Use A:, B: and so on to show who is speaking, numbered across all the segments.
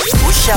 A: Aisyah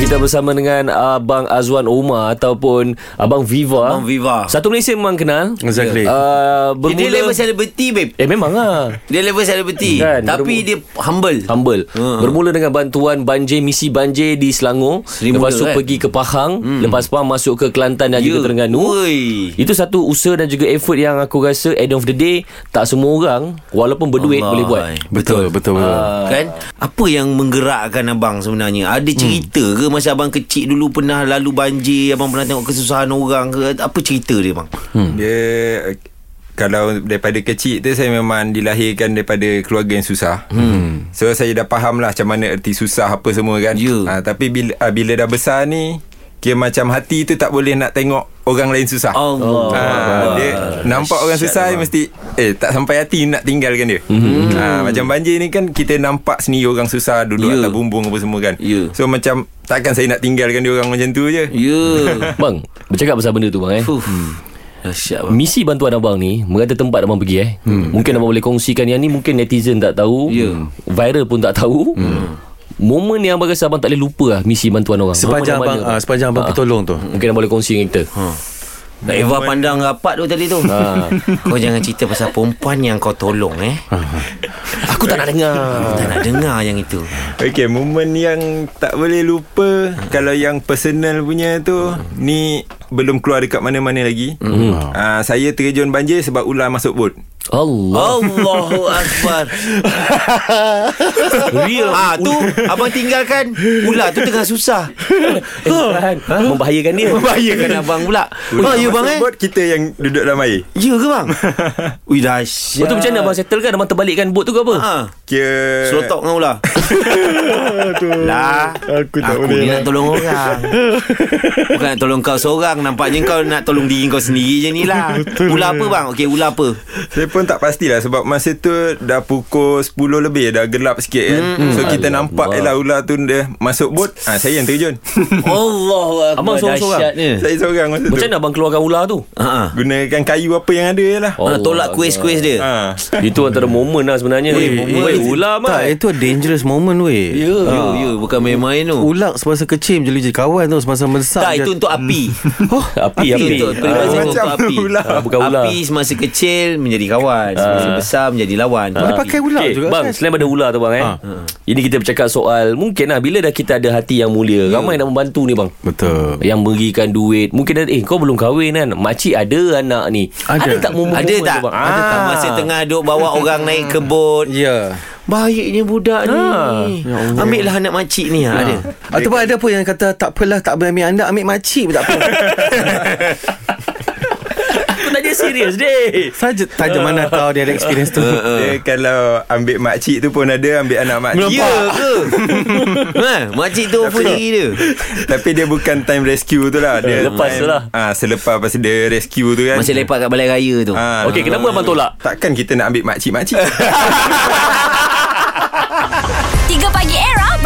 B: Kita bersama dengan Abang Azwan Omar Ataupun Abang Viva
C: Abang Viva.
B: Satu Malaysia memang kenal
C: Exactly.
B: uh,
C: Bermula... Dia level
B: Bermula
C: selebriti babe
B: Eh memang lah
C: Dia level selebriti
B: Kan,
C: kan,
B: bermula-
C: Tapi dia humble
B: Humble
C: Hmm.
B: Bermula dengan bantuan banjir Misi banjir di Selangor
C: Seri
B: Lepas
C: mula,
B: tu
C: kan?
B: pergi ke Pahang Lepas Pahang masuk ke Kelantan Dan
C: Hmm. Ya.
B: juga Terengganu
C: Oi.
B: Itu satu usaha dan juga effort Yang aku rasa End of the day Tak semua orang Walaupun berduit
C: Allah.
B: Boleh buat
D: Betul, betul, betul.
E: Ah,
C: Kan Apa yang menggerakkan abang sebenarnya Ada cerita hmm. ke Masa abang kecil dulu Pernah lalu banjir Abang pernah tengok kesusahan orang ke Apa cerita dia bang
E: Dia eh, kalau daripada kecil tu saya memang dilahirkan daripada keluarga yang susah. Hmm. So saya dah faham lah macam mana erti susah apa semua kan.
C: Ya.
E: Ah, tapi bila ah, bila dah besar ni kira macam hati tu tak boleh nak tengok orang lain susah.
C: Allah.
E: Ah, dia nampak orang susah dia mesti eh tak sampai hati nak tinggalkan dia. Hmm. Ah, macam banjir ni kan kita nampak sendiri orang susah
C: Ya.
E: duduk atas bumbung apa semua kan.
C: Ya.
E: So macam takkan saya nak tinggalkan dia orang macam tu je.
C: Ya
B: Bang Bercakap pasal benda tu bang eh
C: Fuh Hmm. Dahsyat bang
B: Misi bantuan abang ni Merata tempat abang pergi eh hmm. Mungkin abang boleh kongsikan Yang ni mungkin netizen tak tahu
C: Ya.
B: Viral pun tak tahu hmm. Momen yang abang rasa Abang tak boleh lupa lah Misi bantuan orang
D: Sepanjang
B: Momen yang
D: abang
B: mana?
D: ah, sepanjang abang tolong tu.
B: Mungkin abang boleh kongsi dengan kita
C: Tak Eva pandang rapat tu tadi tu Kau jangan cerita pasal perempuan yang kau tolong eh
B: Aku tak nak dengar
C: Tak nak dengar yang itu
E: Okay, momen yang tak boleh lupa kalau yang personal punya tu ni belum keluar dekat mana-mana lagi.
C: Hmm.
E: Mm. Uh, saya terjun banjir sebab ular masuk bot.
B: Allah
C: Oh, Allahu Akbar Real Ah tu Abang tinggalkan Ular tu tengah susah
B: eh, bukan. Membahayakan dia
C: Membahayakan abang pula Oh ya bang eh
E: Bot kita yang duduk dalam air.
C: Ya ke bang Ui
B: Lepas
C: dahsyat
B: tu macam mana abang settle kan Abang terbalikkan bot tu ke apa
C: ha.
E: Kira
C: Selotok dengan ular Lah Aku tak aku boleh Aku ni nak tolong orang Bukan nak tolong kau seorang Nampaknya kau nak tolong diri kau sendiri je ni lah Ular apa bang Okey ular apa
E: Saya pun tak pastilah sebab masa tu dah pukul 10 lebih dah gelap sikit kan.
C: Hmm,
E: Mm. So kita
B: Alamak.
E: nampak elah ular tu dia masuk bot. Ah saya yang terjun.
C: Allah
B: Abang seorang-seorang?
E: saya seorang masa tu.
B: Macam mana abang keluarkan ular tu
C: Ha.
E: Gunakan kayu apa yang ada je lah.
C: Oh,
B: Allah
C: tolak kuis-kuis dia.
E: Ah.
B: Itu antara momen lah sebenarnya lah.
D: Eh,
B: momen
D: eh,
B: ular
D: Tak,
B: mah
D: itu a dangerous moment weh.
C: Ya, ya, ya. Bukan main-main tu.
D: Ulang semasa kecil macam jadi kawan tu semasa besar.
C: Tak,
D: je-
C: itu untuk api. Ya,
D: Oh,
B: Api, api.
C: Itu untuk
B: Ah,
C: terima kasih untuk
E: macam
C: api.
E: ular.
B: Ah, bukan ular.
C: Api semasa kecil menjadi kawan. Semasa besar menjadi lawan.
D: boleh pakai ular
B: Okay,
D: juga.
B: bang,
D: kan?
B: selain pada ular tu bang eh. Ha. Ini kita bercakap soal mungkin lah bila dah kita ada hati yang mulia, yeah. ramai nak membantu ni bang.
D: Ya. Betul.
B: Yang berikan duit Mungkin ada Eh kau belum kahwin kan Makcik ada anak ni
D: Ada.
B: Ada tak momen
C: Ada tak?
B: Bang? Ah.
C: Ada tak? Masa tengah duk bawa orang naik ke bot.
D: Ya.
C: Baiknya budak ni. Ambil lah anak makcik ni. Ha. Ada.
D: Ataupun Ah, ada pun yang kata tak apalah tak boleh ambil anda ambil makcik pun tak apa.
B: Aku tanya serius deh
D: Saja saja mana tahu dia ada experience tu.
C: Uh-uh.
E: Dia kalau ambil makcik tu pun ada Ambil anak makcik
C: Ya ke? ha, makcik tu over diri dia.
E: Tapi dia bukan time rescue tu lah dia
B: Lepas tu
E: time,
B: lah.
E: ah, Selepas pas dia rescue tu kan
C: Masa lepak kat balai raya tu.
E: ah,
B: Okey kenapa abang tolak
E: Takkan kita nak ambil makcik-makcik
F: 3 Pagi Era